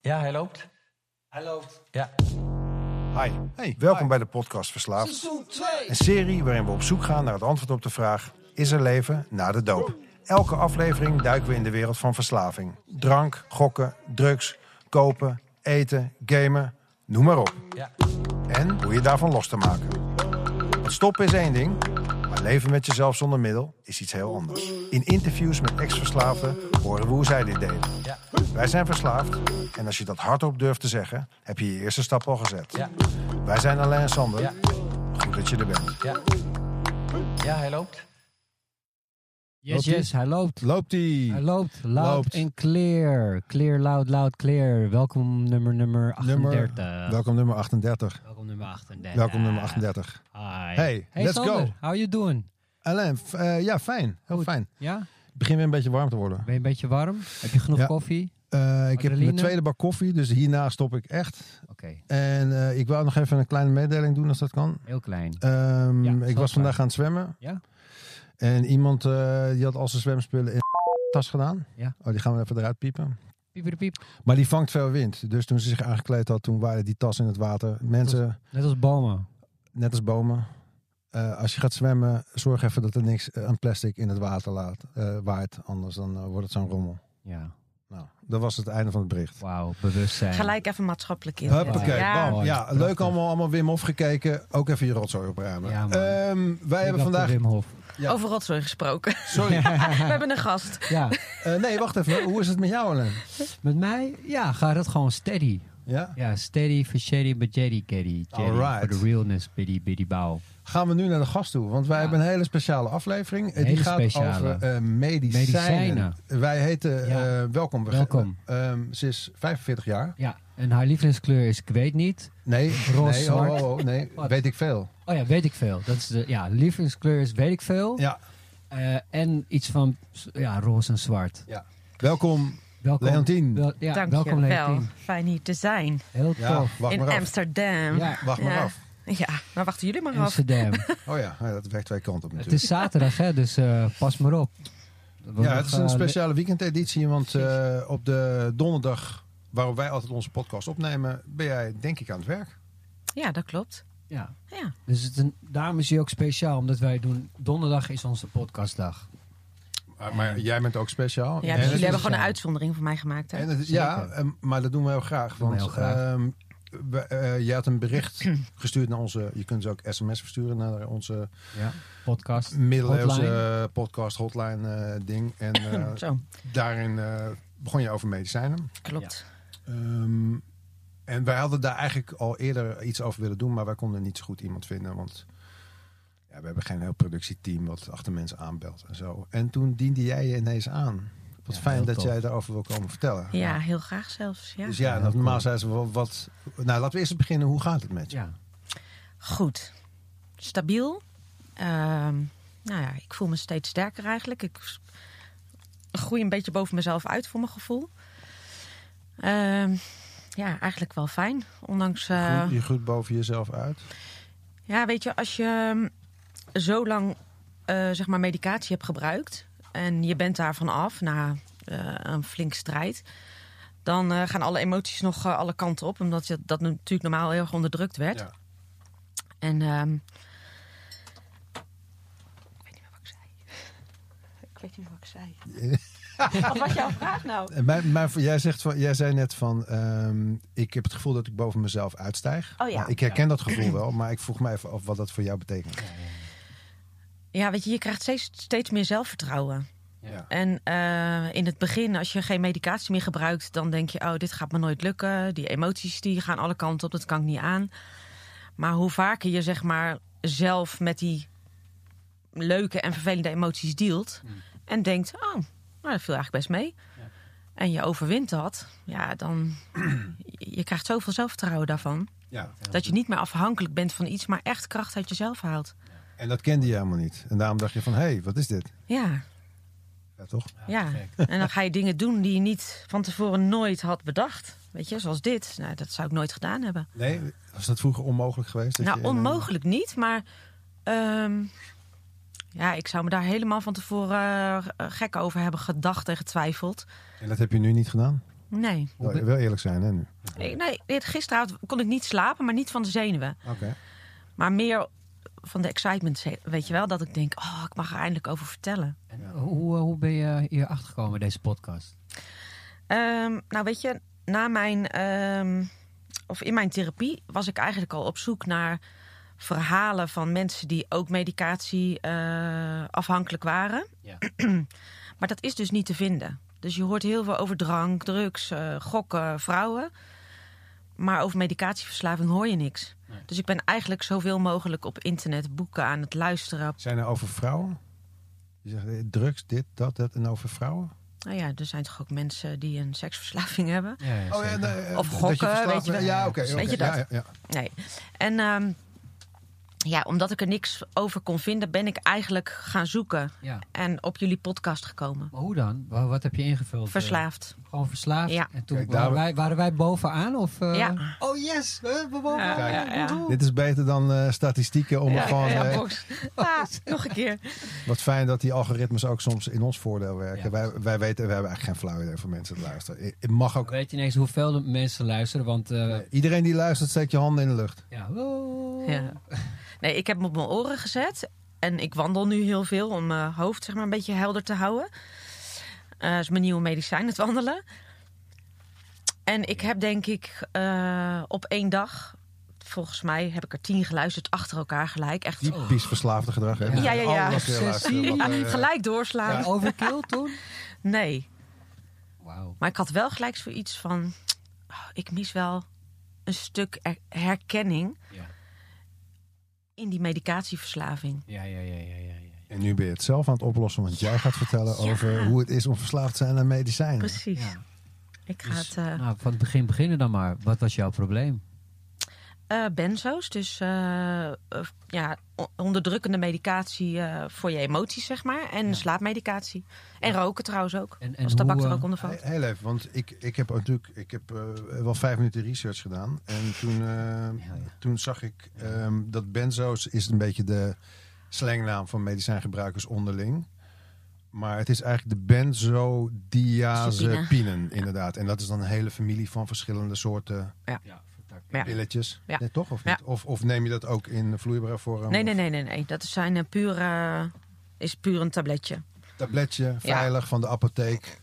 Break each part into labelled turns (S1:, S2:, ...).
S1: Ja, hij loopt.
S2: Hij loopt.
S1: Ja.
S3: Hi.
S2: Hey,
S3: Welkom
S2: hi.
S3: bij de podcast Verslaafd.
S2: Seizoen 2.
S3: Een serie waarin we op zoek gaan naar het antwoord op de vraag: is er leven na de doop? Elke aflevering duiken we in de wereld van verslaving. Drank, gokken, drugs, kopen, eten, gamen, noem maar op.
S1: ja.
S3: En hoe je daarvan los te maken. Want stoppen is één ding, maar leven met jezelf zonder middel is iets heel anders. In interviews met ex-verslaafden horen we hoe zij dit deden.
S1: Ja.
S3: Wij zijn verslaafd en als je dat hardop durft te zeggen, heb je je eerste stap al gezet.
S1: Ja.
S3: Wij zijn Alain en Sander.
S1: Ja.
S3: Goed dat je er bent.
S1: Ja. Ja, hij loopt.
S4: Yes,
S5: Loopt-ie?
S4: yes, hij loopt.
S5: Loopt die?
S4: Hij loopt loud
S5: Loopt.
S4: en clear. Clear, loud, loud, clear. Welkom nummer nummer 38.
S5: Welkom nummer 38.
S4: Welkom nummer 38.
S5: Welkom nummer 38.
S4: Hi.
S5: Hey,
S4: Hey,
S5: let's
S4: Sander,
S5: go.
S4: How you doing?
S5: Alain, f- eh, ja, fijn. Heel
S4: Goed.
S5: fijn.
S4: Ja?
S5: Het begint weer een beetje warm te worden.
S4: Ben je een beetje warm? Heb je genoeg
S5: Ja.
S4: koffie?
S5: Eh, ik heb
S4: Adrenaline?
S5: mijn tweede bak koffie, dus hierna stop ik echt.
S4: Oké,
S5: En eh, ik wou nog even een kleine mededeling doen als dat kan.
S4: heel klein.
S5: Ehm,
S4: Ja,
S5: ik
S4: zal
S5: was
S4: het
S5: vandaag aan het zwemmen.
S4: Ja.
S5: En iemand eh, die had al zijn zwemspullen in de tas gedaan.
S4: Ja.
S5: Oh, die gaan we even eruit piepen.
S4: Piep, piep, piep.
S5: Maar die vangt veel wind. Dus toen ze zich aangekleed had, toen waren die tas in het water. Mensen,
S4: Net als bomen.
S5: net als bomen. Eh, als je gaat zwemmen, zorg even dat er niks eh, aan plastic in het water laat, eh, waait. Anders dan eh, wordt het zo'n rommel.
S4: Ja,
S5: Nou, dat was het einde van het bericht.
S4: wauw, bewustzijn.
S6: Gelijk even maatschappelijk in.
S5: Huppakee,
S6: Ja.
S5: bam.
S4: Mooi,
S5: Ja,
S4: prachtig.
S5: leuk allemaal, allemaal Wim Hof gekeken. Ook even je rotzooi opruimen.
S4: Ja, man.
S5: Ehm, wij
S4: Ik
S5: hebben
S4: dacht
S5: vandaag...
S4: Wim Hof.
S5: Ja.
S6: Over rotzooi gesproken.
S5: Sorry.
S6: We hebben een gast.
S4: Ja,
S5: Eh, nee, wacht even. Hoe is het met jou, Ellen?
S4: met mij, ja, ga dat gewoon steady.
S5: Ja?
S4: Ja, steady for shady, but jetty, caddy.
S5: Alright.
S4: For the realness, biddy, biddy, bouw.
S5: Gaan we nu naar de gast toe. Want wij
S4: Ja.
S5: hebben een hele speciale aflevering. Eh,
S4: Hele
S5: die gaat
S4: speciale.
S5: over eh, medicijnen.
S4: Medicijnen.
S5: Wij heten...
S4: Ja.
S5: eh, welkom. We-
S4: Welkom.
S5: Ehm, ze is 45 jaar.
S4: Ja, en haar lievelingskleur is, ik weet niet.
S5: Nee,
S4: Roze,
S5: nee,
S4: zwart.
S5: oh, oh, oh, nee,
S4: Wat?
S5: weet ik veel.
S4: Oh ja, weet ik veel. Dat is de, ja, lievelingskleur is weet ik veel.
S5: Ja,
S4: Eh, en iets van s- ja, roze en zwart.
S5: welkom
S4: Welkom.
S5: Leontien.
S4: Wel- ja,
S6: Dank
S4: welkom
S6: je wel.
S4: Leontien.
S6: Fijn hier te zijn.
S4: Heel
S5: Ja,
S4: tof.
S5: wacht
S6: in
S5: maar af.
S6: Amsterdam.
S4: Ja,
S5: Wacht maar
S6: Ja.
S5: af.
S6: Ja, maar wachten jullie maar af.
S4: Amsterdam.
S5: Oh ja, ja, dat werkt twee kanten op
S4: het
S5: natuurlijk.
S4: is zaterdag, hè, dus eh, pas maar op. We
S5: ja, het is
S4: gaan,
S5: een
S4: eh,
S5: speciale weekendeditie, want eh, op de donderdag waarop wij altijd onze podcast opnemen, ben jij denk ik aan het werk.
S6: Ja, dat klopt.
S4: Ja.
S5: Oh,
S6: Ja.
S4: Dus het is een, daarom is hij ook speciaal, omdat wij doen... Donderdag is onze podcastdag.
S5: Maar, maar jij bent ook speciaal.
S6: Ja,
S5: En
S6: dus
S5: het
S6: jullie hebben
S5: is-
S6: gewoon een uitzondering voor mij gemaakt. Hè?
S5: en het is-
S4: Zeker.
S5: ja, eh, maar dat doen we heel graag.
S4: Doen we
S5: Want
S4: heel graag.
S5: ehm, we- eh, jij had een bericht gestuurd naar onze... Je kunt ze ook sms versturen naar onze
S4: Ja, podcast.
S5: middeleeuwse
S4: Hotline.
S5: eh, podcast hotline eh, ding. En eh,
S6: Zo,
S5: Daarin eh, begon je over medicijnen.
S6: klopt.
S5: Ehm, en wij hadden daar eigenlijk al eerder iets over willen doen, maar wij konden niet zo goed iemand vinden. Want ja, we hebben geen heel productieteam wat achter mensen aanbelt en zo. En toen diende jij je ineens aan. Wat
S4: Ja,
S5: fijn
S4: heel
S5: dat
S4: tof.
S5: jij daarover wil komen vertellen.
S6: Ja. heel graag zelfs. Ja.
S5: Dus ja,
S4: Ja,
S5: dat
S4: heel
S5: normaal
S4: cool.
S5: zijn ze wel wat. Nou, laten we eerst beginnen. Hoe gaat het met je?
S4: Ja.
S6: Goed. Stabiel. Ehm, nou ja, ik voel me steeds sterker eigenlijk. Ik s- groei een beetje boven mezelf uit voor mijn gevoel. Ehm, ja, eigenlijk wel fijn. Ondanks... eh,
S5: Groeit- je groeit boven jezelf uit.
S6: Ja, weet je, als je mm, zo lang eh, zeg maar medicatie hebt gebruikt en je bent daarvan af na eh, een flink strijd, dan eh, gaan alle emoties nog eh, alle kanten op, omdat je, dat natuurlijk normaal heel erg onderdrukt werd.
S5: Ja.
S6: En ehm, ik weet niet meer wat ik zei. Ik weet niet meer wat ik zei. wat was jouw vraag nou?
S5: En Mijn, mijn, jij, zegt van, jij zei net van, ehm, ik heb het gevoel dat ik boven mezelf uitstijg.
S6: Oh ja.
S5: Nou, ik herken dat gevoel wel, maar ik vroeg me even af wat dat voor jou betekent.
S6: Ja, weet je, je krijgt steeds, steeds meer zelfvertrouwen.
S5: Ja.
S6: En eh, in het begin, als je geen medicatie meer gebruikt, dan denk je: oh, dit gaat me nooit lukken. Die emoties die gaan alle kanten op, dat kan ik niet aan. Maar hoe vaker je zeg maar zelf met die leuke en vervelende emoties dealt en denkt: oh, nou, dat viel eigenlijk best mee. En je overwint dat, ja, dan je krijgt zoveel zelfvertrouwen daarvan
S5: Ja.
S6: dat je niet meer afhankelijk bent van iets, maar echt kracht uit jezelf haalt.
S5: En dat kende je helemaal niet. En daarom dacht je van, hé, hey, wat is dit?
S6: Ja.
S5: Ja, toch?
S6: Ja, en dan ga je dingen doen die je niet van tevoren nooit had bedacht. Weet je, zoals dit. Nou, dat zou ik nooit gedaan hebben.
S5: Nee, was dat vroeger onmogelijk geweest? dat
S6: nou,
S5: je in een-
S6: onmogelijk niet, maar... ehm, ja, ik zou me daar helemaal van tevoren eh, gek over hebben gedacht en getwijfeld.
S5: En dat heb je nu niet gedaan?
S6: Nee.
S5: Wil, je wil eerlijk zijn, hè, nu?
S6: Ik- nee dit- gisteravond kon ik niet slapen, maar niet van de zenuwen.
S5: Oké.
S6: Maar meer van de excitement, ze- weet je wel. Dat ik denk, oh, ik mag er eindelijk over vertellen.
S4: En Hoe, eh, hoe ben je hier achtergekomen, deze podcast?
S6: Ehm, nou, weet je, na mijn... ehm, of in mijn therapie was ik eigenlijk al op zoek naar verhalen van mensen die ook medicatie eh, afhankelijk waren.
S4: Ja.
S6: Maar dat is dus niet te vinden. Dus je hoort heel veel over drank, drugs, eh, gokken, vrouwen. Maar over medicatieverslaving hoor je niks. Dus ik ben eigenlijk zoveel mogelijk op internet boeken aan het luisteren.
S5: Zijn er over vrouwen? Je zegt eh, drugs, dit, dat, dat en over vrouwen?
S6: Nou ja, er zijn toch ook mensen die een seksverslaving hebben.
S4: Ja, Oh, ja, nou- zeker.
S5: eh,
S6: Of
S5: dat je
S6: gokken,
S5: verslaafd
S6: weet je
S5: bent.
S6: wel.
S5: Ja, oké. oké.
S6: Weet je dat?
S5: Ja, ja,
S6: Nee. En ehm, ja, omdat ik er niks over kon vinden, ben ik eigenlijk gaan zoeken.
S4: Ja.
S6: En op jullie podcast gekomen.
S4: Maar hoe dan? Wa- Wat heb je ingevuld?
S6: Verslaafd.
S4: Eh, Gewoon verslaafd?
S6: Ja.
S4: En toen
S5: Kijk, daar-
S4: waren, wij, waren wij bovenaan? Of, eh,
S6: Ja.
S4: Oh yes, we hebben bovenaan.
S5: Ja,
S6: ja, ja.
S5: Dit is beter dan eh, statistieken om er gewoon... eh,
S6: box. Ah, nog een keer.
S5: Wat fijn dat die algoritmes ook soms in ons voordeel werken.
S4: Ja.
S5: Wij, wij weten, we hebben eigenlijk geen flauw idee of mensen het luisteren. I- Het mag ook.
S4: Weet je ineens hoeveel mensen luisteren? Want eh,
S5: Iedereen die luistert, steek je handen in de lucht.
S4: ja. Oh.
S6: Ja. Nee, ik heb hem op mijn oren gezet. En ik wandel nu heel veel om mijn hoofd zeg maar, een beetje helder te houden. Eh, Dat is mijn nieuwe medicijn, het wandelen. En ik heb denk ik eh, op één dag, volgens mij heb ik er tien geluisterd achter elkaar gelijk. Echt
S5: Typisch verslaafde gedrag. Hè?
S6: Ja, ja, ja.
S5: Oh. Alles weer luisteren. Wat, eh,
S6: gelijk doorslaan.
S4: Ja, Overkill toen?
S6: Nee,
S4: Wauw.
S6: maar ik had wel gelijk zoiets van... oh, ik mis wel een stuk er- herkenning
S4: Ja.
S6: in die medicatieverslaving.
S4: Ja, ja, ja, ja, ja. ja.
S5: En nu ben je het zelf aan het oplossen, want jij gaat vertellen
S6: Ja.
S5: over hoe het is om verslaafd te zijn aan medicijnen.
S6: Precies.
S4: Ja.
S6: Ik ga
S4: Dus,
S6: het... eh,
S4: nou, van het begin beginnen dan maar. Wat was jouw probleem?
S6: eh benzo's, dus eh, eh, ja, o- onderdrukkende medicatie eh, voor je emoties, zeg maar. En slaapmedicatie. En roken trouwens ook.
S4: En- en
S6: als tabak
S4: hoe,
S6: er
S4: eh,
S6: ook onder valt.
S5: He- Heel even, want ik, ik heb natuurlijk ik heb, eh, wel vijf minuten research gedaan. En toen, eh, toen zag ik ehm, dat benzo's is een beetje de slangnaam van medicijngebruikers onderling. Maar het is eigenlijk de benzodiazepinen, inderdaad. En dat is dan een hele familie van verschillende soorten
S4: Ja,
S6: Ja.
S5: pilletjes.
S6: Ja.
S5: Nee, toch? Of, niet?
S6: Ja.
S5: Of, of neem je dat ook in vloeibare vorm?
S6: Nee, nee,
S5: Of
S6: nee, nee, nee. Dat zijn eh, puur, eh, is puur een tabletje.
S5: Tabletje, veilig, van de apotheek.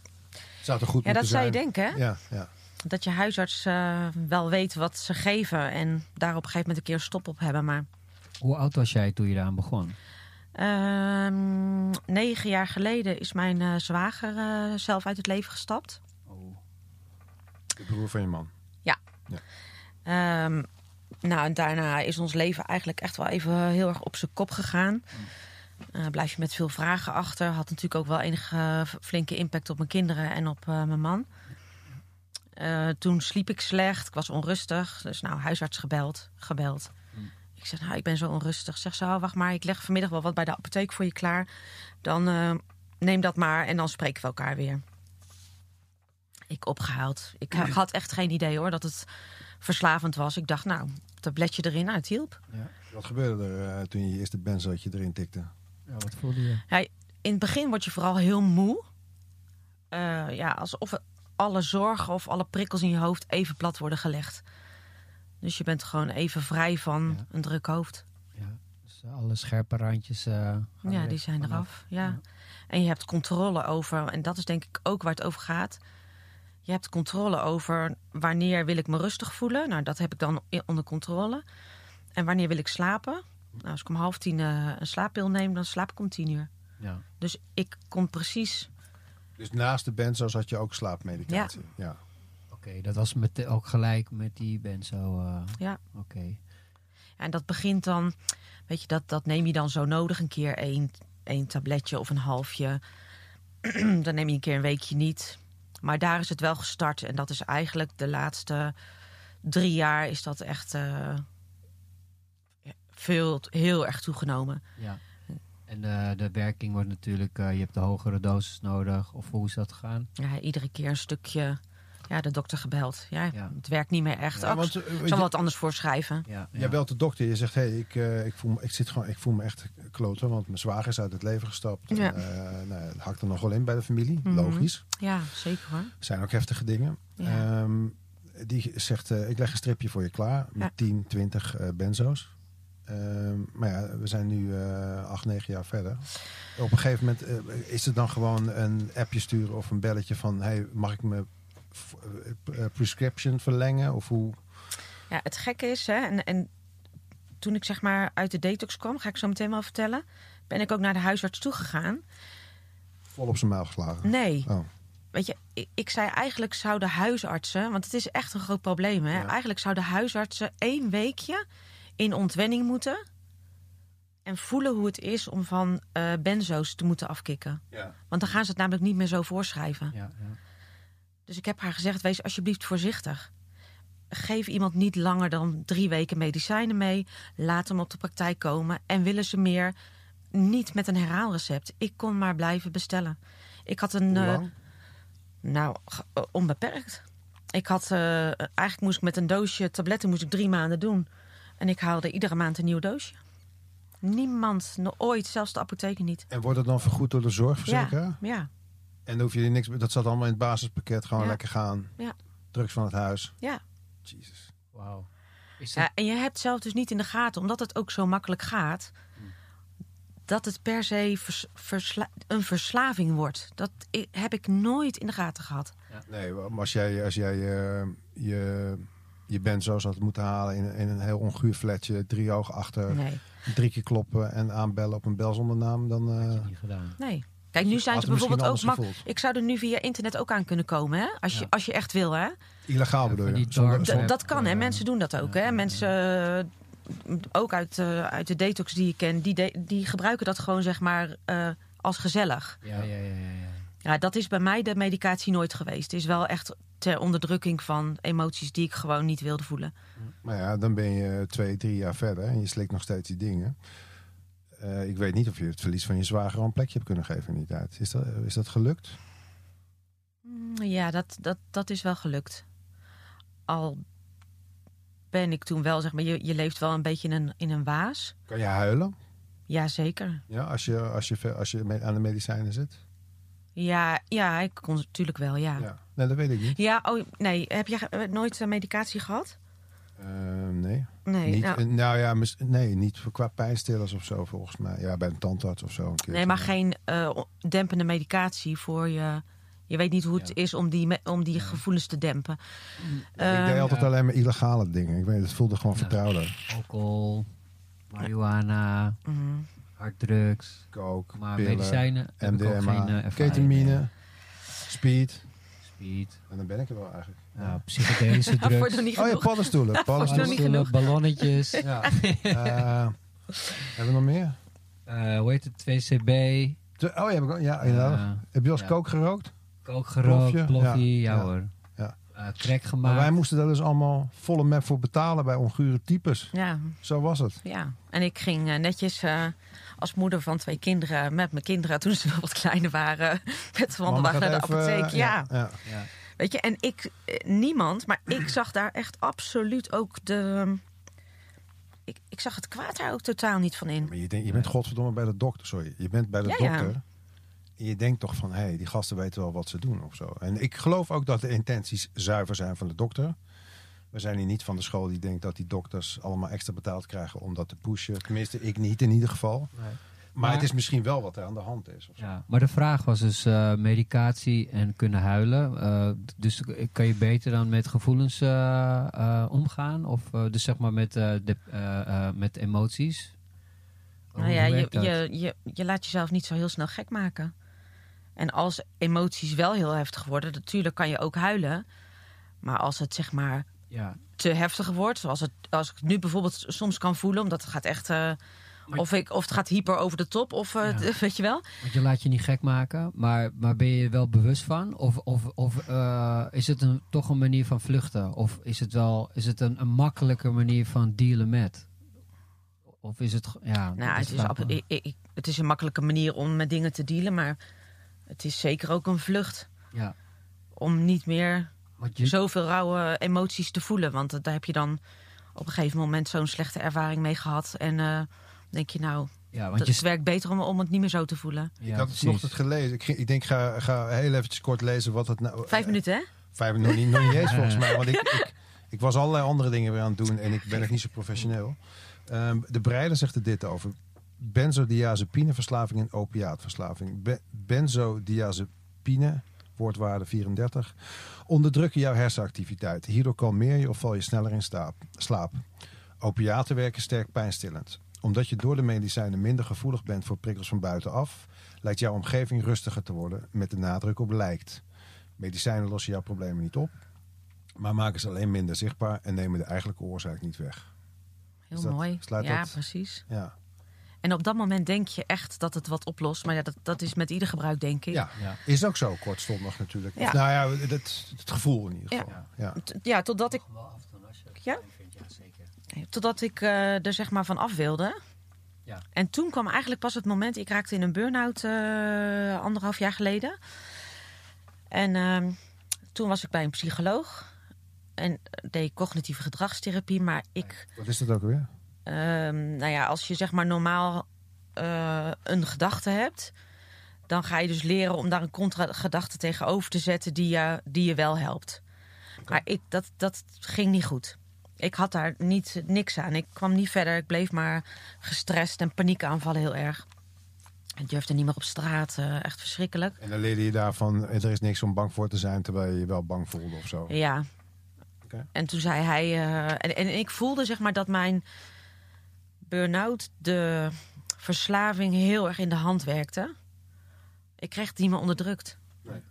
S5: Zou toch goed
S6: Ja, dat
S5: moeten
S6: zou je
S5: zijn?
S6: denken, hè?
S5: Ja, ja.
S6: Dat je huisarts eh, wel weet wat ze geven. En daar op een gegeven moment een keer stop op hebben. Maar
S4: Hoe oud was jij toen je eraan begon?
S6: ehm, negen jaar geleden is mijn eh, zwager eh, zelf uit het leven gestapt.
S4: Oh.
S5: De broer van je man.
S6: Ehm, nou, en daarna is ons leven eigenlijk echt wel even eh, heel erg op zijn kop gegaan. Eh, blijf je met veel vragen achter. Had natuurlijk ook wel enige eh, flinke impact op mijn kinderen en op eh, mijn man. Eh, toen sliep ik slecht, ik was onrustig. Dus nou, huisarts gebeld, gebeld. Ik zeg, nou, ik ben zo onrustig. Zeg ze, oh, wacht maar, ik leg vanmiddag wel wat bij de apotheek voor je klaar. Dan eh, neem dat maar en dan spreken we elkaar weer. Ik opgehaald. Ik ha- had echt geen idee hoor, dat het verslavend was. Ik dacht, nou, tabletje erin, nou, het hielp.
S5: Wat gebeurde er eh, toen je je eerste benzootje erin tikte?
S4: Ja, wat voelde je?
S6: Ja, in het begin word je vooral heel moe. Eh, ja, alsof alle zorgen of alle prikkels in je hoofd even plat worden gelegd. Dus je bent gewoon even vrij van
S4: Ja.
S6: een druk hoofd.
S4: Ja. Dus alle scherpe randjes. eh, gaan er
S6: ja, die
S4: even
S6: zijn
S4: vanaf.
S6: eraf. Ja. En je hebt controle over, en dat is denk ik ook waar het over gaat. Je hebt controle over wanneer wil ik me rustig voelen. Nou, dat heb ik dan i- onder controle. En wanneer wil ik slapen? Nou, als ik om half tien eh, een slaappil neem, dan slaap ik om tien uur.
S4: Ja.
S6: Dus ik kon precies
S5: Dus naast de benzo's had je ook slaapmedicatie. Ja.
S4: Oké, dat was met, ook gelijk met die benzo. eh,
S6: Ja.
S4: Oké.
S6: Ja, En dat begint dan, weet je, dat, dat neem je dan zo nodig een keer één, één tabletje of een halfje. dan neem je een keer een weekje niet. Maar daar is het wel gestart en dat is eigenlijk de laatste drie jaar is dat echt eh, veel, heel erg toegenomen.
S4: Ja. En eh, de werking wordt natuurlijk, eh, je hebt de hogere dosis nodig. Of hoe is dat gegaan?
S6: Ja, iedere keer een stukje. ja, de dokter gebeld. Ja,
S4: Ja.
S6: het werkt niet meer echt.
S5: Ja,
S6: Ach,
S5: want, eh,
S6: ik
S5: weet
S6: zal
S5: je-
S6: wat anders voorschrijven.
S4: Ja,
S5: Jij belt de dokter, je zegt: hey, ik, eh, ik, voel, me- ik, zit gewoon, ik voel me echt kloten, want mijn zwager is uit het leven gestapt. En,
S6: Ja.
S5: eh, nou, ja, het hakt er nog wel in bij de familie,
S6: Mhm.
S5: logisch.
S6: Ja, zeker hoor.
S5: Er zijn ook heftige dingen.
S6: Ja.
S5: Ehm, die zegt: eh, Ik leg een stripje voor je klaar met
S6: Ja.
S5: 10, 20 eh, benzo's. Ehm, maar ja, we zijn nu eh 8, 9 jaar verder. Op een gegeven moment eh, is het dan gewoon een appje sturen of een belletje van: Hey, mag ik mijn f- eh, prescription verlengen? Of hoe?
S6: Ja, het gekke is, hè, en, en toen ik zeg maar uit de detox kwam, ga ik zo meteen wel vertellen, ben ik ook naar de huisarts toegegaan.
S5: Vol op zijn muil geslagen.
S6: Nee,
S5: Oh.
S6: weet je, ik, ik zei eigenlijk zouden huisartsen, want het is echt een groot probleem, hè.
S5: Ja.
S6: Eigenlijk zouden huisartsen één weekje in ontwenning moeten en voelen hoe het is om van eh, benzo's te moeten afkicken.
S5: Ja.
S6: Want dan gaan ze het namelijk niet meer zo voorschrijven.
S4: Ja, ja.
S6: Dus ik heb haar gezegd: wees alsjeblieft voorzichtig. Geef iemand niet langer dan drie weken medicijnen mee. Laat hem op de praktijk komen. En willen ze meer? Niet met een herhaalrecept. Ik kon maar blijven bestellen. Ik had een. eh,
S5: Hoe lang?
S6: nou, ge- eh, onbeperkt. Ik had. eh, eigenlijk moest ik met een doosje tabletten moest ik drie maanden doen. En ik haalde iedere maand een nieuw doosje. Niemand, no- ooit, zelfs de apotheker niet.
S5: En wordt het dan vergoed door de zorgverzekeraar?
S6: Ja, ja,
S5: En dan hoef je hier niks Dat zat allemaal in het basispakket. Gewoon
S6: Ja.
S5: lekker gaan.
S6: Ja.
S5: Drugs van het huis.
S6: ja.
S5: Jezus.
S4: Wauw. Is dat...
S6: Ja, en je hebt zelf dus niet in de gaten, omdat het ook zo makkelijk gaat, dat het per se vers- versla- een verslaving wordt. Dat i- heb ik nooit in de gaten gehad.
S5: Nee, maar als jij, als jij eh, je, je benzo's had moeten halen in, in een heel onguur flatje. Drie oog achter.
S6: Nee,
S5: Drie keer kloppen en aanbellen op een bel zonder naam. Dan, eh,
S4: heb je niet gedaan.
S6: nee. Kijk, nu zijn
S5: had
S6: ze
S5: het misschien
S6: bijvoorbeeld ook
S5: anders
S6: makkelijk.
S5: gevoeld.
S6: Ik zou er nu via internet ook aan kunnen komen, hè? Als, je,
S4: Ja.
S6: als je echt wil, hè?
S5: illegaal
S4: Ja,
S5: bedoel
S4: van
S5: je?
S4: die
S6: D-
S4: dark web,
S6: dat kan, hè?
S4: eh,
S6: Mensen doen dat ook,
S4: ja, ja,
S6: hè?
S4: ja.
S6: Mensen, eh, ook uit, eh, uit de detox die ik ken, die, de- die gebruiken dat gewoon, zeg maar, eh, als gezellig.
S4: Ja, ja, ja, ja. ja.
S6: Ja, dat is bij mij de medicatie nooit geweest. Het is wel echt ter onderdrukking van emoties die ik gewoon niet wilde voelen.
S5: Maar nou ja, dan ben je eh, twee, drie jaar verder. En je slikt nog steeds die dingen. Eh, ik weet niet of je het verlies van je zwager al een plekje hebt kunnen geven in die tijd. Is dat, is dat gelukt?
S6: Mm, Ja, dat, dat, dat is wel gelukt. Al ben ik toen wel, zeg maar, je, je leeft wel een beetje in een, in een waas.
S5: Kan je huilen?
S6: Jazeker.
S5: Ja, als je, als je, als je me- aan de medicijnen zit?
S6: Ja, ja, ik kon natuurlijk wel, ja. Ja,
S5: Nee, dat weet ik niet.
S6: oh nee, heb jij eh, nooit eh, medicatie gehad?
S5: Eh, nee.
S6: Nee,
S5: niet,
S6: nou,
S5: eh, nou ja, mis- nee, niet voor- qua pijnstillers of zo volgens mij. Ja, bij een tandarts of zo. Een keertje.
S6: nee maar geen eh, o- dempende medicatie voor je. Je weet niet hoe het
S4: Ja.
S6: is om die, me- om die gevoelens te dempen.
S5: ik deed
S6: Ehm,
S5: altijd
S4: ja.
S5: alleen maar illegale dingen. Ik weet, het voelde gewoon vertrouwder.
S4: Alcohol, marihuana,
S6: mhm.
S4: harddrugs.
S5: Coke,
S4: Maar
S5: pillen,
S4: medicijnen heb ik ook geen
S5: MDMA,
S4: eh, ervaring
S5: ketamine,
S4: mee.
S5: speed.
S4: Speed,
S5: En dan ben ik er wel eigenlijk.
S4: ja, psychedelische
S6: Ja, voor
S4: drugs.
S6: de niet
S5: Oh ja,
S6: genoeg.
S5: paddenstoelen.
S6: nog nou niet
S5: paddenstoelen.
S4: paddenstoelen,
S6: genoeg.
S4: ballonnetjes.
S5: Ja. Eh, hebben we nog meer?
S4: eh, hoe heet het? 2CB.
S5: Te- Oh, ja, heb ik ook. Ja, inderdaad.
S4: eh,
S5: heb je als
S4: ja.
S5: coke gerookt?
S4: Kook gerookt,
S5: Plofje,
S4: ploffie,
S5: ja,
S4: ja,
S5: ja,
S4: hoor.
S5: ja.
S4: Eh, crack
S5: Maar
S4: gemaakt.
S5: wij moesten daar dus allemaal volle map voor betalen bij ongure types.
S6: Ja,
S5: Zo was het.
S6: ja. En ik ging eh, netjes eh, als moeder van twee kinderen met mijn kinderen toen ze nog wat kleiner waren met de wandelwagen naar de
S5: Mama gaat even,
S6: apotheek.
S5: eh,
S6: ja.
S5: ja.
S4: ja.
S6: weet je, en ik eh, niemand, maar ik zag daar echt absoluut ook de. Ik, ik zag het kwaad daar ook totaal niet van in.
S5: Maar je, denkt, je bent godverdomme bij de dokter. Sorry, je bent bij de
S6: Ja, ja.
S5: dokter. En je denkt toch van, hé, hey, die gasten weten wel wat ze doen of zo. En ik geloof ook dat de intenties zuiver zijn van de dokter. We zijn hier niet van de school die denkt dat die dokters allemaal extra betaald krijgen om dat te pushen. Tenminste, ik niet in ieder geval.
S4: Nee.
S5: Maar,
S4: Maar-
S5: het is misschien wel wat er aan de hand is. Of zo.
S4: Ja, maar de vraag was dus eh, medicatie en kunnen huilen. Eh, d- dus k- kan je beter dan met gevoelens eh, eh, omgaan? of eh, dus zeg maar met, eh, de, eh, eh, met emoties?
S6: Nou
S4: Oh, Hoe
S6: ja, je,
S4: werkt dat?
S6: je, je, je laat jezelf niet zo heel snel gek maken. En als emoties wel heel heftig worden, natuurlijk kan je ook huilen. Maar als het zeg maar
S4: Ja.
S6: te heftig wordt. Zoals het, als ik het nu bijvoorbeeld soms kan voelen, omdat het gaat echt. eh, of, ik, of het gaat hyper over de top, of eh,
S4: Ja.
S6: weet je wel.
S4: Want je laat je niet gek maken, maar, maar ben je er wel bewust van? Of, of, of eh, is het een, toch een manier van vluchten? Of is het wel is het een, een makkelijke manier van dealen met? Of is het... ge- Ja, dat
S6: Nou, het,
S4: de
S6: is,
S4: vraag.
S6: ab- ik- ik- het is een makkelijke manier om met dingen te dealen, maar het is zeker ook een vlucht
S4: Ja.
S6: om niet meer.
S4: Want je,
S6: zoveel rauwe emoties te voelen. Want eh, daar heb je dan op een gegeven moment zo'n slechte ervaring mee gehad. En eh, denk je nou,
S4: ja, want
S6: dat,
S4: je,
S6: het werkt beter om, om het niet meer zo te voelen.
S4: ja,
S5: ik had
S4: precies.
S5: het vanochtend gelezen. Ik, ging- ik denk, ga, ga heel eventjes kort lezen wat het nou...
S6: Vijf
S5: eh,
S6: minuten, hè?
S5: Vijf nog niet, nog niet eens volgens mij. Want ik, ik, ik was allerlei andere dingen weer aan het doen en ik ben echt niet zo professioneel. Ehm, de breider zegt er dit over. Benzodiazepine-verslaving en opiaatverslaving. Be- benzodiazepine, woordwaarde 34, onderdrukken jouw hersenactiviteit. Hierdoor kalmeer je of val je sneller in staap, slaap. Opiaten werken sterk pijnstillend. Omdat je door de medicijnen minder gevoelig bent voor prikkels van buitenaf, lijkt jouw omgeving rustiger te worden met de nadruk op lijkt. Medicijnen lossen jouw problemen niet op, maar maken ze alleen minder zichtbaar en nemen de eigenlijke oorzaak niet weg.
S6: Heel
S5: Is dat-
S6: mooi.
S5: sluit
S6: ja,
S5: dat-
S6: precies.
S5: Ja,
S6: En op dat moment denk je echt dat het wat oplost. Maar ja, dat, dat is met ieder gebruik, denk ik.
S5: ja.
S4: Ja.
S5: is ook zo kortstondig natuurlijk.
S6: Ja.
S5: Of nou ja, dat, het gevoel in ieder
S6: Ja.
S5: geval. Ja. Ja.
S6: T- ja totdat ik,
S4: Wel af en toe als je het
S6: Ja?
S4: fijn vindt, ja, zeker.
S6: totdat ik eh, er zeg maar van af wilde.
S4: Ja.
S6: En toen kwam eigenlijk pas het moment, ik raakte in een burn-out eh, anderhalf jaar geleden. En ehm, toen was ik bij een psycholoog en eh, deed cognitieve gedragstherapie. Maar ik,
S5: Wat is dat ook weer?
S6: ehm, nou ja, als je zeg maar normaal eh, een gedachte hebt, dan ga je dus leren om daar een contra-gedachte tegenover te zetten die je, die je wel helpt. Maar ik, dat, dat ging niet goed. Ik had daar niet, niks aan. Ik kwam niet verder. Ik bleef maar gestrest en paniekaanvallen heel erg. Ik durfde niet meer op straat. eh, echt verschrikkelijk.
S5: En dan leerde je daarvan, eh, er is niks om bang voor te zijn, terwijl je je wel bang voelde of zo.
S6: Ja.
S5: Oké.
S6: En toen zei hij... eh, en, en ik voelde zeg maar dat mijn burn-out de verslaving heel erg in de hand werkte. Ik kreeg het niet meer onderdrukt.
S5: Nee.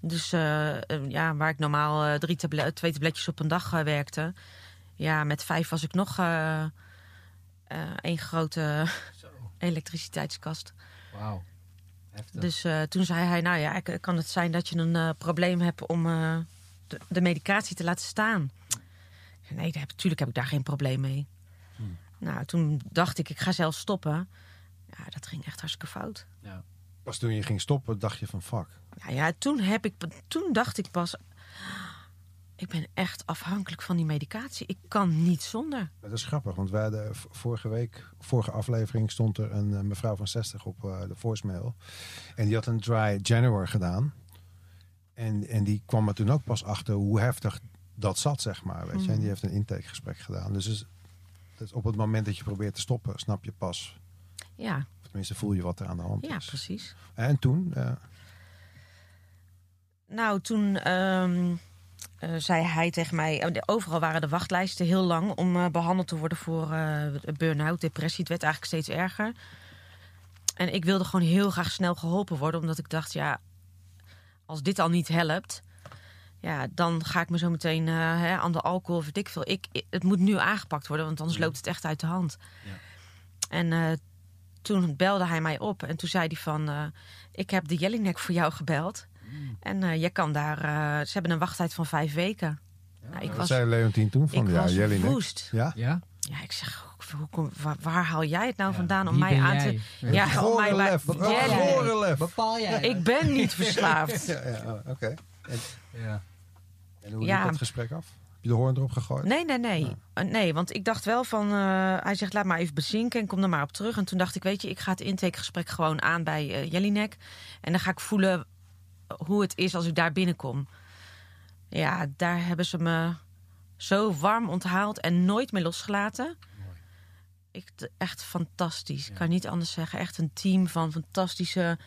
S6: Dus eh, eh, ja, waar ik normaal eh, drie tablet, twee tabletjes op een dag eh, werkte... Ja, met vijf was ik nog eh, eh, één grote elektriciteitskast.
S4: Wauw. Heftig.
S6: Dus eh, toen zei hij, nou ja, k- kan het zijn dat je een eh, probleem hebt om eh, de, de medicatie te laten staan? Ik zei, Nee, daar heb- natuurlijk heb ik daar geen probleem mee. Nou, toen dacht ik, ik ga zelf stoppen. Ja, dat ging echt hartstikke fout.
S5: Pas toen je ging stoppen, dacht je van fuck.
S6: Nou ja, toen, heb ik, toen dacht ik pas, ik ben echt afhankelijk van die medicatie. Ik kan niet zonder.
S5: Maar Dat is grappig, want wij hadden v- vorige week, vorige aflevering, stond er een eh, mevrouw van 60 op eh, de voicemail. En die had een dry January gedaan. En, en die kwam er toen ook pas achter hoe heftig dat zat, zeg maar. Weet je?
S6: Mhm.
S5: En die heeft een intakegesprek gedaan. Dus, is- dus op het moment dat je probeert te stoppen, snap je pas.
S6: Ja,
S5: Of tenminste, voel je wat er aan de hand
S6: ja
S5: is.
S6: precies.
S5: En toen, eh,
S6: Nou, toen ehm, eh, zei hij tegen mij... eh, de- Overal waren de wachtlijsten heel lang om eh, behandeld te worden voor eh, burn-out, depressie. Het werd eigenlijk steeds erger. En ik wilde gewoon heel graag snel geholpen worden. Omdat ik dacht, ja, als dit al niet helpt... Ja, dan ga ik me zo meteen eh, hè, aan de alcohol of weet ik veel. Ik, ik- het moet nu aangepakt worden, want anders loopt het echt uit de hand.
S4: Ja.
S6: En eh, toen belde hij mij op en toen zei hij van... eh, ik heb de Jellinek voor jou gebeld. En eh, je kan daar... eh, ze hebben een wachttijd van vijf weken. Nou, ik Nou,
S5: wat
S6: was,
S5: zei Leontien toen? Van,
S6: ik
S5: ja,
S6: was
S5: Jellinek.
S6: woest.
S5: Ja?
S4: ja?
S6: Ja, ik zeg, hoe- hoe kom- waar, waar haal jij het nou
S4: Ja.
S6: vandaan om
S4: Wie
S6: mij
S4: ben
S6: aan
S4: jij?
S6: te... Ja, om mij
S5: Gore
S6: bij-
S5: lef. Wat een
S6: Jellinek.
S5: gore lef.
S4: Bepaal jij.
S6: Ik ben niet verslaafd.
S5: Ja, ja, oh, oké.
S4: Ja.
S5: En hoe
S6: Ja.
S5: liep dat gesprek af? Heb je de hoorn erop gegooid?
S6: Nee, nee, nee. Eh, Nee, want ik dacht wel van... eh, hij zegt, laat maar even bezinken en kom er maar op terug. En toen dacht ik, weet je, ik ga het intakegesprek gewoon aan bij eh, Jellinek. En dan ga ik voelen eh, hoe het is als ik daar binnenkom. Ja, daar hebben ze me zo warm onthaald en nooit meer losgelaten. Ik, d- echt fantastisch. Ik kan niet anders zeggen. Echt een team van fantastische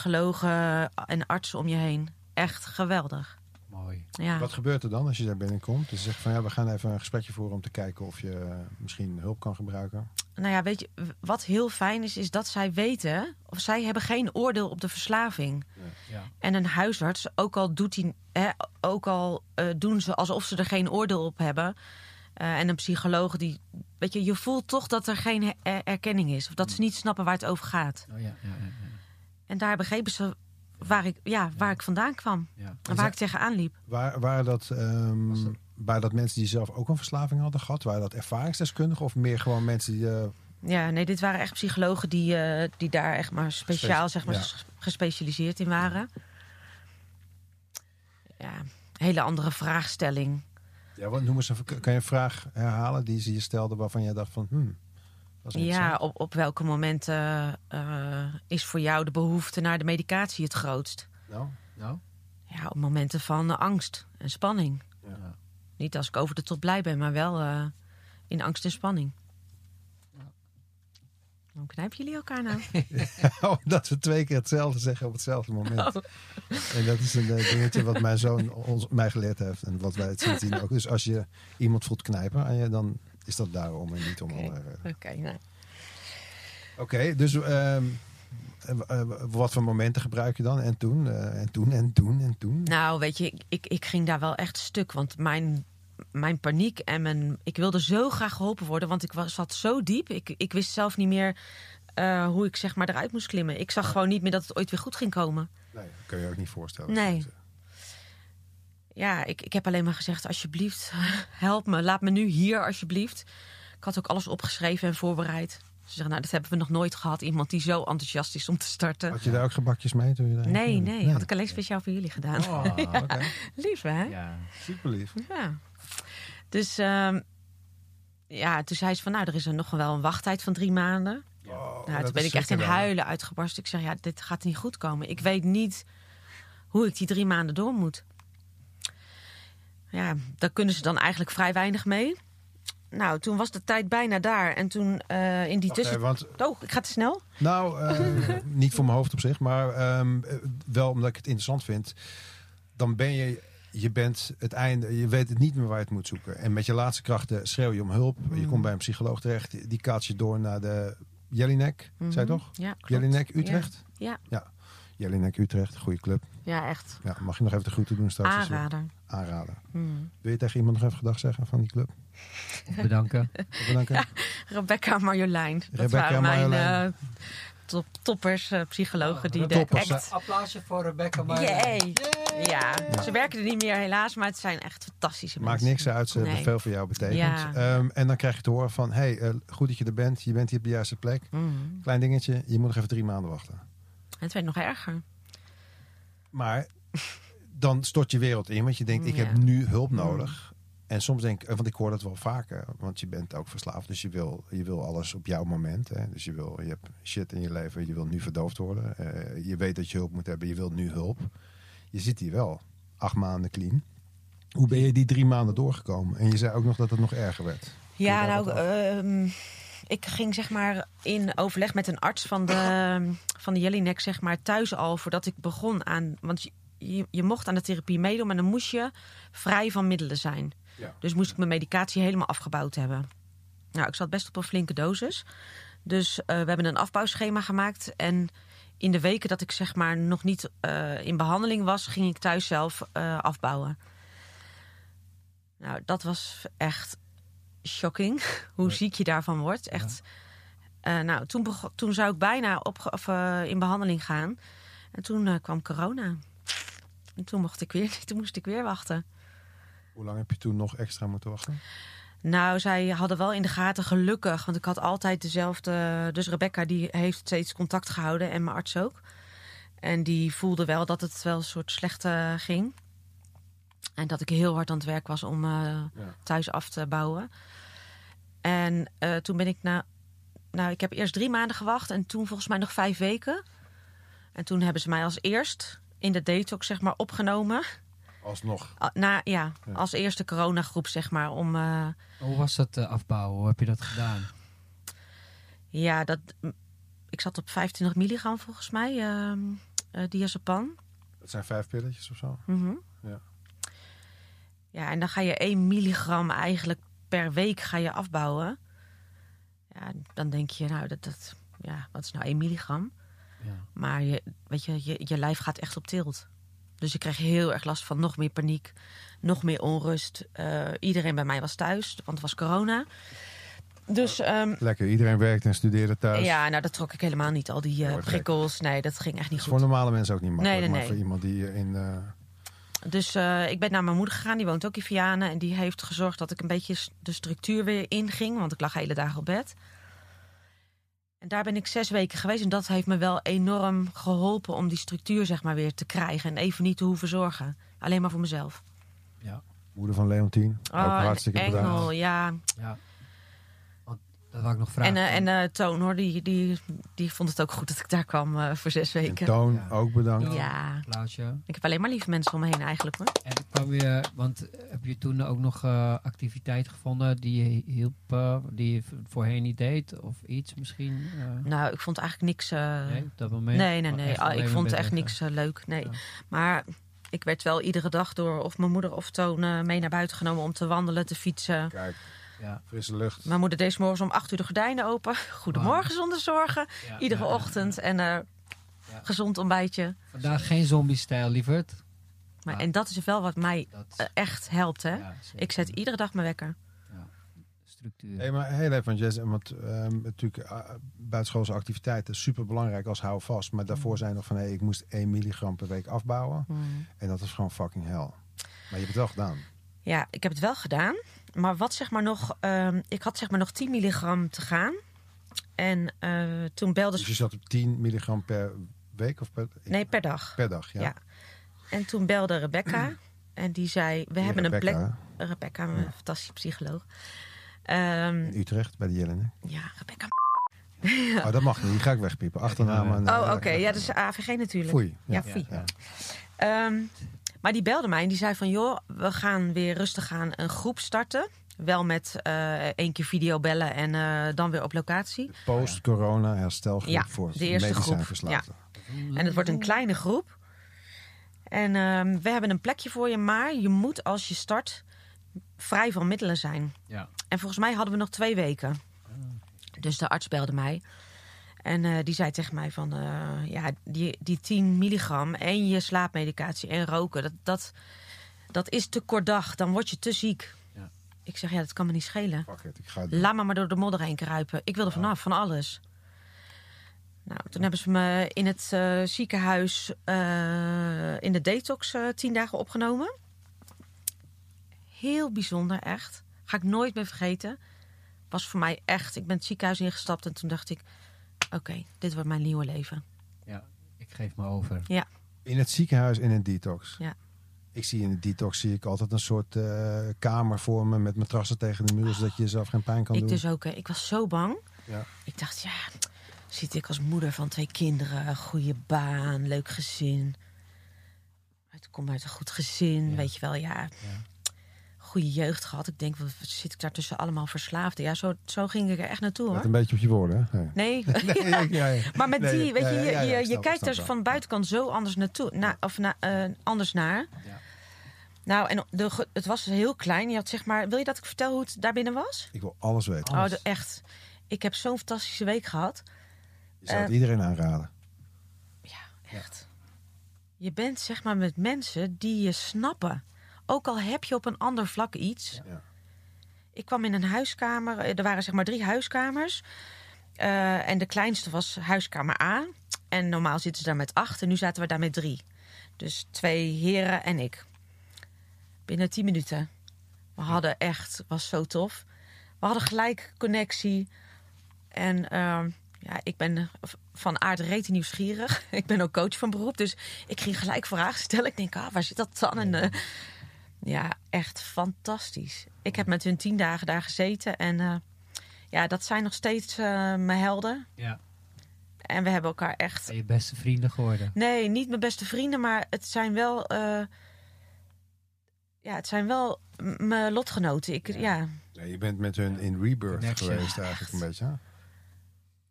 S6: psychologen en artsen om je heen. Echt geweldig.
S4: Mooi.
S6: Ja.
S5: Wat gebeurt er dan als je daar binnenkomt? Dus je zegt van ja, we gaan even een gesprekje voeren om te kijken of je eh, misschien hulp kan gebruiken.
S6: Nou ja, weet je, w- wat heel fijn is, is dat zij weten... of zij hebben geen oordeel op de verslaving.
S4: Ja.
S6: En een huisarts, ook al, doet die, hè, ook al eh, doen ze alsof ze er geen oordeel op hebben... eh, en een psycholoog, die, weet je, je voelt toch dat er geen he- er- erkenning is... of dat ze niet snappen waar het over gaat.
S4: Oh, ja, ja, ja, ja.
S6: En daar begrepen ze waar ik, ja, waar ik vandaan kwam
S4: ja.
S6: en waar ik tegenaan liep.
S5: Waar, waren, dat, ehm, waren dat mensen die zelf ook een verslaving hadden gehad? Waren dat ervaringsdeskundigen of meer gewoon mensen die... eh,
S6: Ja, nee, dit waren echt psychologen die, eh, die daar echt maar speciaal,
S5: Gespe-
S6: zeg maar,
S5: ja.
S6: ges- gespecialiseerd in waren. Ja, hele andere vraagstelling.
S5: Ja, wat noemen ze? Kan je een vraag herhalen die ze je stelde waarvan jij dacht van, hmm, dat is
S6: Ja,
S5: interessant.
S6: op, op welke momenten eh, is voor jou de behoefte naar de medicatie het grootst?
S5: Nou,
S4: Nou,
S6: Ja, op momenten van eh, angst en spanning.
S5: Ja.
S6: Niet als ik over de top blij ben, maar wel eh, in angst en spanning. Waarom knijpen jullie elkaar nou?
S5: Oh, dat we twee keer hetzelfde zeggen op hetzelfde moment.
S6: Oh.
S5: En dat is een eh, dingetje wat mijn zoon ons, mij geleerd heeft. En wat wij het sindsdien ook. Dus als je iemand voelt knijpen aan je, dan is dat daarom en niet om
S6: Oké.
S5: andere redenen.
S6: Oké, nou.
S5: Oké, dus ehm, eh, eh, wat voor momenten gebruik je dan? En toen, eh, en toen, en toen, en toen.
S6: Nou, weet je, ik, ik, ik ging daar wel echt stuk. Want mijn, mijn paniek en mijn. Ik wilde zo graag geholpen worden, want ik was, zat zo diep. Ik, ik wist zelf niet meer eh, hoe ik zeg maar eruit moest klimmen. Ik zag gewoon niet meer dat het ooit weer goed ging komen.
S5: Nee, dat kun je ook niet voorstellen.
S6: Nee. Ja, ik, ik heb alleen maar gezegd: alsjeblieft, help me. Laat me nu hier, alsjeblieft. Ik had ook alles opgeschreven en voorbereid. Ze zeggen: Nou, dat hebben we nog nooit gehad. Iemand die zo enthousiast is om te starten.
S5: Had je daar ook gebakjes mee? Toen je Hmm, daarheen
S6: Nee,
S5: ging?
S6: nee, had ik alleen speciaal voor jullie gedaan.
S4: Oh.
S5: Ah, oké.
S6: Lief, hè?
S1: Ja.
S5: Super lief.
S6: Ja. Dus ehm, ja, toen zei ze van, nou, er is er nog wel een wachttijd van drie maanden.
S5: Oh,
S6: nou, toen ben ik echt in huilen uitgebarst. Ik zeg, ja, dit gaat niet goed komen. Ik weet niet hoe ik die drie maanden door moet. Ja, daar kunnen ze dan eigenlijk vrij weinig mee. Nou, toen was de tijd bijna daar. En toen eh, in die tussen...
S5: want,
S6: Oh, ik ga te snel.
S5: nou, eh, niet voor mijn hoofd op zich, maar ehm, eh, wel omdat ik het interessant vind. Dan ben je, je bent het einde, je weet het niet meer waar je het moet zoeken. En met je laatste krachten schreeuw je om hulp.
S6: Mm.
S5: Je komt bij een psycholoog terecht, die- die kaatst je door naar de Jellinek, zei je toch?
S6: Mhm. Ja, klopt.
S5: Jellinek Utrecht?
S6: Ja.
S5: ja. Jellinek Utrecht, goede club.
S6: Ja, echt.
S5: Ja, mag je nog even de groeten doen straks? als je-
S6: Aanrader.
S5: Aanraden.
S6: Hmm.
S5: Wil je tegen iemand nog even gedag zeggen van die club?
S4: bedanken.
S5: Bedanken.
S6: Rebecca en Marjolein. Dat
S5: Rebecca
S6: waren
S5: en
S6: mijn
S5: Marjolein. Oh,
S6: eh, top, toppers, eh, psychologen die de
S5: Toppers,
S6: act...
S4: Applausje voor Rebecca
S6: Yay. Ja. ze werken er niet meer helaas, maar het zijn echt fantastische
S5: Maakt
S6: mensen.
S5: niks uit, ze hebben
S6: Nee.
S5: veel voor jou betekend.
S6: Ja.
S5: Ehm, en dan krijg je te horen van, hey, eh, goed dat je er bent. Je bent hier op de juiste plek.
S6: Mm.
S5: Klein dingetje, je moet nog even drie maanden wachten.
S6: Het werd nog erger.
S5: Maar dan stort je wereld in, want je denkt, ik
S6: Ja.
S5: heb nu hulp nodig. En soms denk ik, eh, want ik hoor dat wel vaker, want je bent ook verslaafd. Dus je wil, je wil alles op jouw moment. Hè? Dus je, wil, je hebt shit in je leven, je wil nu verdoofd worden. Eh, je weet dat je hulp moet hebben, je wilt nu hulp. Je zit hier wel, acht maanden clean. Hoe ben je die drie maanden doorgekomen? En je zei ook nog dat het nog erger werd.
S6: Ja,
S5: daar
S6: nou,
S5: wat af?
S6: ehm, ik ging zeg maar in overleg met een arts van de, van de Jellinek zeg maar thuis al voordat ik begon aan... Want je- je, je mocht aan de therapie meedoen, maar dan moest je vrij van middelen zijn.
S5: Ja.
S6: Dus moest ik mijn medicatie helemaal afgebouwd hebben. Nou, ik zat best op een flinke dosis. Dus eh, we hebben een afbouwschema gemaakt. En in de weken dat ik zeg maar nog niet eh, in behandeling was, ging ik thuis zelf eh, afbouwen. Nou, dat was echt shocking. Hoe ziek je daarvan wordt. Echt. Eh, nou, toen, bego- toen zou ik bijna op, of, eh, in behandeling gaan. En toen eh, kwam corona. En toen mocht ik weer, toen moest ik weer wachten.
S5: Hoe lang heb je toen nog extra moeten wachten?
S6: Nou, zij hadden wel in de gaten, gelukkig. Want ik had altijd dezelfde. Dus Rebecca, die heeft steeds contact gehouden. En mijn arts ook. En die voelde wel dat het wel een soort slecht eh, ging. En dat ik heel hard aan het werk was om eh, thuis af te bouwen. En eh, toen ben ik na. Nou, ik heb eerst drie maanden gewacht. En toen volgens mij nog vijf weken. En toen hebben ze mij als eerst in de detox, zeg maar, opgenomen.
S5: Alsnog.
S6: Ah, Na, ja, als eerste coronagroep, zeg maar. Om. eh,
S4: Hoe was dat eh, afbouwen? Hoe heb je dat gedaan?
S6: Ja, dat, m- ik zat op 25 milligram volgens mij, ehm eh, diazepam.
S5: Dat zijn vijf pilletjes of zo.
S6: Mhm.
S5: Ja.
S6: Ja, en dan ga je 1 milligram eigenlijk per week ga je afbouwen. Ja, dan denk je, nou, dat, dat, ja, wat is nou 1 milligram?
S4: Ja.
S6: Maar je, weet je, je, je lijf gaat echt op tilt. Dus ik kreeg heel erg last van nog meer paniek, nog meer onrust. Eh, iedereen bij mij was thuis, want het was corona. Dus ehm,
S5: Lekker, iedereen werkt en studeerde thuis.
S6: ja, nou, dat trok ik helemaal niet, al die eh,
S5: Ja, wat gek.
S6: prikkels. Nee, dat ging echt niet
S5: Dat is
S6: goed.
S5: voor normale mensen ook niet makkelijk.
S6: Nee, nee,
S5: Maar
S6: nee.
S5: voor iemand die eh, in... eh,
S6: Dus eh, ik ben naar mijn moeder gegaan, die woont ook in Vianen. En die heeft gezorgd dat ik een beetje s- de structuur weer inging. Want ik lag hele dagen op bed. En daar ben ik zes weken geweest. En dat heeft me wel enorm geholpen om die structuur zeg maar weer te krijgen. En even niet te hoeven zorgen. Alleen maar voor mezelf.
S4: Ja.
S5: Moeder van Leontien.
S6: Oh,
S5: ook
S6: een
S5: hartstikke bedankt.
S6: engel, ja.
S4: ja. Want dat wou ik nog
S6: En,
S4: vragen.
S6: eh, en eh, Toon hoor, die, die, die vond het ook goed dat ik daar kwam eh, voor zes
S5: En
S6: weken.
S5: Toon,
S4: Ja.
S5: ook bedankt.
S6: Ja,
S4: Applausje.
S6: ik heb alleen maar lieve mensen om me heen eigenlijk hoor.
S4: En kwam je, want heb je toen ook nog eh, activiteit gevonden die je hielp, eh, die je v- voorheen niet deed? Of iets misschien? eh,
S6: Nou, ik vond eigenlijk niks... eh,
S4: nee, op dat moment?
S6: nee, nee,
S4: Maar
S6: nee.
S4: echt
S6: Ah,
S4: alleen
S6: ik
S4: maar
S6: vond
S4: bed
S6: echt
S4: leggen.
S6: niks eh, leuk, nee.
S4: Ja.
S6: Maar ik werd wel iedere dag door of mijn moeder of Toon eh, mee naar buiten genomen om te wandelen, te fietsen.
S5: Kijk,
S4: Ja.
S5: frisse lucht.
S6: Mijn moeder deed 's morgens om acht uur de gordijnen open. Goedemorgen zonder zorgen.
S4: Ja,
S6: Iedere
S4: ja, ja.
S6: ochtend en eh,
S4: Ja.
S6: gezond ontbijtje.
S4: Vandaag geen zombie-stijl, lieverd.
S6: Maar,
S4: Ja.
S6: En dat is wel wat mij
S4: Dat is-
S6: eh, echt helpt, hè?
S4: ja, zeker.
S6: Ik zet iedere dag mijn wekker.
S4: structuur.
S5: Hey, maar heel even, want Jess, want ehm, natuurlijk, eh, buitenschoolse activiteiten is super belangrijk als hou vast. Maar
S6: Mm.
S5: daarvoor zijn nog van, hé, ik moest 1 milligram per week afbouwen.
S4: Mm.
S5: En dat is gewoon fucking hell. Maar je hebt het wel gedaan.
S6: Ja, ik heb het wel gedaan. Maar wat zeg maar nog... ehm, ik had zeg maar nog 10 milligram te gaan. En eh, toen belde
S5: Dus je
S6: ze...
S5: zat op 10 milligram per week of per,
S6: Nee, per dag.
S5: per dag? Ja.
S6: Ja. En toen belde Rebecca. En die zei, we
S5: Die
S6: hebben
S5: Rebecca,
S6: een plek... Rebecca, een fantastische psycholoog. Ehm,
S5: In Utrecht, bij de Jellene.
S6: ja, Rebecca.
S5: Oh, dat mag niet. Die ga ik wegpiepen. Achternaam. en,
S6: Oh,
S5: eh,
S6: oké. Ja, dat is AVG natuurlijk.
S5: Foei.
S6: Ja,
S5: Ja.
S6: foei.
S5: Ja.
S6: Ehm, maar die belde mij en die zei van... joh, we gaan weer rustig aan een groep starten. Wel met eh één keer videobellen en eh, dan weer op locatie.
S5: Post-corona herstelgroep
S6: Ja,
S5: voor
S6: de eerste
S5: medicijn
S6: groep.
S5: verslaafden.
S6: En het wordt een kleine groep. En ehm, we hebben een plekje voor je, maar je moet als je start vrij van middelen zijn.
S4: Ja.
S6: En volgens mij hadden we nog twee weken. Dus de arts belde mij. En eh, die zei tegen mij van, eh, ja, die, die 10 milligram en je slaapmedicatie en roken, dat, dat, dat is te kort dag. Dan word je te ziek.
S4: Ja.
S6: Ik zeg, ja, dat kan me niet schelen.
S5: Fuck it, ik ga het doen.
S6: Laat me maar door de modder heen kruipen. Ik wil er vanaf, van alles. Nou, toen hebben ze me in het eh, ziekenhuis eh, in de detox eh, tien dagen opgenomen. Heel bijzonder, echt. Ga ik nooit meer vergeten. Was voor mij echt. Ik ben het ziekenhuis ingestapt en toen dacht ik: oké, dit wordt mijn nieuwe leven.
S4: Ja, ik geef me over.
S5: In het ziekenhuis in een detox.
S6: Ja.
S5: Ik zie in de detox zie ik altijd een soort eh, kamer voor me met matrassen tegen de muur, zodat je jezelf geen pijn kan
S6: ik
S5: doen.
S6: dus ook. hè. Ik was zo bang.
S5: Ja.
S6: Ik dacht: ja, zit ik als moeder van twee kinderen, goede baan, leuk gezin. Ik kom uit een goed gezin, weet je wel, ja. Goede jeugd gehad. Ik denk, wat zit ik daar tussen allemaal verslaafden? Ja, zo, zo ging ik er echt naartoe
S5: Let
S6: hoor.
S5: een beetje op je woorden. Hè? Nee.
S6: Nee,
S5: Nee, ja, ja, ja.
S6: maar met
S5: Nee,
S6: die, weet
S5: ja,
S6: je,
S5: ja,
S6: je,
S5: ja,
S6: je,
S5: ja,
S6: je
S5: snap,
S6: kijkt
S5: snap,
S6: er
S5: ja.
S6: van buitenkant zo anders naartoe. Na, of na, eh, anders naar.
S4: Ja.
S6: Nou, en de, ge- het was heel klein. Je had zeg maar, wil je dat ik vertel hoe het daarbinnen was?
S5: Ik wil alles weten.
S6: Oh,
S4: Alles.
S6: de- echt. Ik heb zo'n fantastische week gehad.
S5: Je
S6: eh.
S5: zou het iedereen aanraden.
S6: Ja, echt. Je bent zeg maar met mensen die je snappen. Ook al heb je op een ander vlak iets.
S5: Ja.
S6: Ik kwam in een huiskamer. eh, Er waren zeg maar drie huiskamers. Eh, en de kleinste was huiskamer A. En normaal zitten ze daar met acht. En nu zaten we daar met drie. Dus twee heren en ik. Binnen tien minuten. We hadden echt, was zo tof. We hadden gelijk connectie. En ehm, ja, ik ben v- van aard rete nieuwsgierig. ik ben ook coach van beroep, dus ik ging gelijk vragen stellen. Ik denk, ah, waar zit dat dan? En, eh, ja, echt fantastisch. Ik heb met hun tien dagen daar gezeten. En eh, ja, dat zijn nog steeds eh, mijn helden.
S4: Ja.
S6: En we hebben elkaar echt...
S4: Ben je beste vrienden geworden.
S6: Nee, niet mijn beste vrienden, maar het zijn wel... eh, ja, het zijn wel m- mijn lotgenoten. Ik, ja,
S5: Nee, je bent met hun in rebirth
S4: Connection.
S5: geweest eigenlijk een beetje. hè?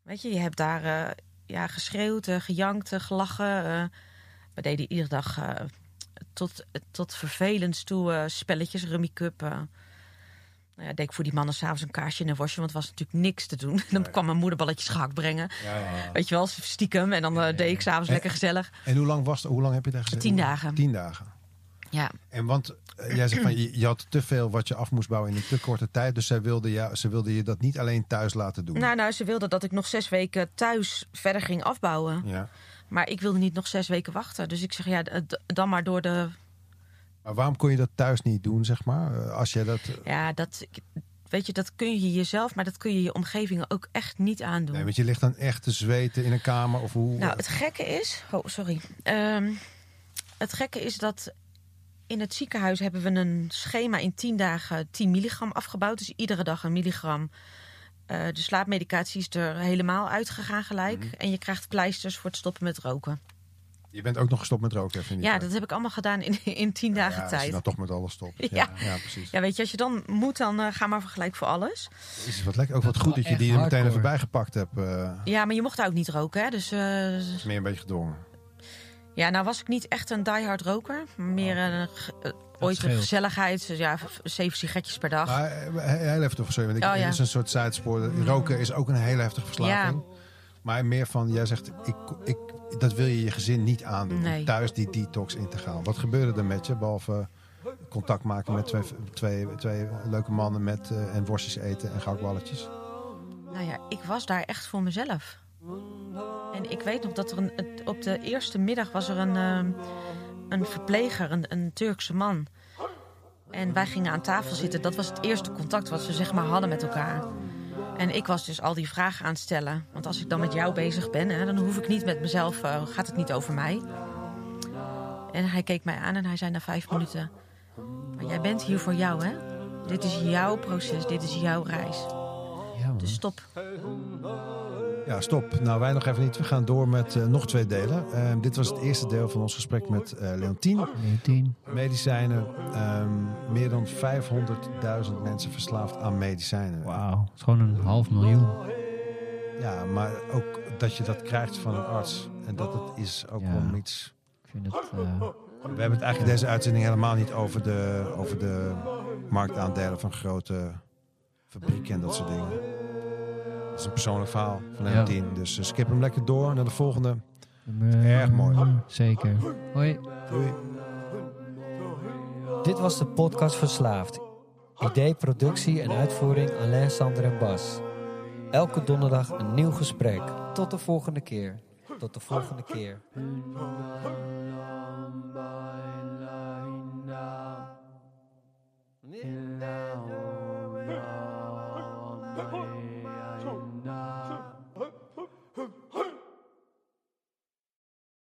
S6: Weet je, je hebt daar eh, ja, geschreeuwd, eh, gejankt, eh, gelachen. eh. we deden iedere dag eh, tot, tot vervelends toe eh, spelletjes, rummy cup. eh. Nou ja, deed ik voor die mannen s'avonds een kaarsje en een worstje, want er was natuurlijk niks te doen. Dan kwam mijn moeder balletjes gehakt brengen. Weet je wel, stiekem. En dan eh, deed ik s'avonds lekker gezellig.
S5: En hoe lang, was, hoe lang heb je daar gezeten?
S6: Tien dagen.
S5: Tien dagen.
S6: Ja,
S5: En want eh, jij zegt van je, je had te veel wat je af moest bouwen in een te korte tijd. Dus zij wilde, jou, ze wilde je dat niet alleen thuis laten doen.
S6: nou, nou, ze wilde dat ik nog zes weken thuis verder ging afbouwen.
S5: Ja.
S6: Maar ik wilde niet nog zes weken wachten. Dus ik zeg, ja, d- dan maar door de
S5: Maar waarom kon je dat thuis niet doen, zeg maar? Eh, Als jij dat.
S6: Ja, dat, weet je, dat kun je jezelf, maar dat kun je je omgevingen ook echt niet aandoen.
S5: Nee, want je ligt dan echt te zweten in een kamer of hoe.
S6: nou, het gekke is. Oh, sorry. Ehm, het gekke is dat In het ziekenhuis hebben we een schema in 10 dagen 10 milligram afgebouwd. Dus iedere dag een milligram. Eh, de slaapmedicatie is er helemaal uitgegaan gelijk.
S5: Mhm.
S6: En je krijgt pleisters voor het stoppen met roken.
S5: Je bent ook nog gestopt met roken, vind ik.
S6: Ja, dat heb ik allemaal gedaan in, in 10 dagen
S5: ja, als je
S6: tijd.
S5: dan toch met alles stopt. Ja,
S6: Ja.
S5: ja. precies.
S6: Ja, weet je, als je dan moet, dan eh, ga maar vergelijk voor alles.
S5: Jezus, wat lekker. Ook wat
S4: Dat
S5: goed
S4: is
S5: dat je
S4: wel
S5: die er
S4: echt
S5: meteen even
S4: hardcore.
S5: bijgepakt hebt. eh
S6: Ja, maar je mocht daar ook niet roken, hè? Dus eh,
S5: is meer een beetje gedwongen.
S6: Ja, nou was ik niet echt een diehard roker. Meer een, ge- eh, ooit een
S4: scheelt.
S6: gezelligheid. dus Ja, v- zeven sigaretjes per dag.
S5: Maar eh, heel heftig, sorry. Want ik,
S6: Oh,
S5: dit
S6: ja.
S5: is een soort zijspoor. Roken is ook een heel heftige verslaving. Maar meer van, jij zegt, ik, ik, dat wil je je gezin niet aandoen.
S6: Nee.
S5: Thuis die detox in te gaan. Wat gebeurde er met je, behalve contact maken met twee, twee, twee leuke mannen met, eh, en worstjes eten en goudballetjes?
S6: Nou ja, ik was daar echt voor mezelf. En ik weet nog dat er een, het- op de eerste middag was er een, ehm, een verpleger, een, een Turkse man. En wij gingen aan tafel zitten. Dat was het eerste contact wat we zeg maar hadden met elkaar. En ik was dus al die vragen aan het stellen. Want als ik dan met jou bezig ben, hè, dan hoef ik niet met mezelf, eh, gaat het niet over mij. En hij keek mij aan en hij zei na vijf minuten... Maar jij bent hier voor jou, hè? Dit is jouw proces, dit is jouw reis.
S4: Ja, man.
S6: Dus stop.
S5: Ja, stop. Nou, wij nog even niet. We gaan door met eh, nog twee delen. Eh, dit was het eerste deel van ons gesprek met eh Leontien.
S4: 19.
S5: Medicijnen. ehm, meer dan 500.000 mensen verslaafd aan medicijnen.
S4: Wauw. Het is gewoon een half miljoen.
S5: Ja, maar ook dat je dat krijgt van een arts. En dat het is ook
S4: Ja.
S5: wel iets...
S4: Ik vind het... eh,
S5: We hebben het eigenlijk deze uitzending helemaal niet over de, over de marktaandelen van grote fabrieken en dat soort dingen. Dat is een persoonlijk verhaal van
S4: Ja.
S5: Leontien. Dus eh, skip hem lekker door naar de volgende.
S4: nummer-
S5: Erg mooi.
S4: Zeker. Hoi.
S5: Doei.
S2: Dit was de podcast Verslaafd. Idee, productie en uitvoering Alain, Sander en Bas. Elke donderdag een nieuw gesprek. Tot de volgende keer. Tot de volgende keer.
S7: Now, now, now, now, now, now, now, now, now, now, now, now, now,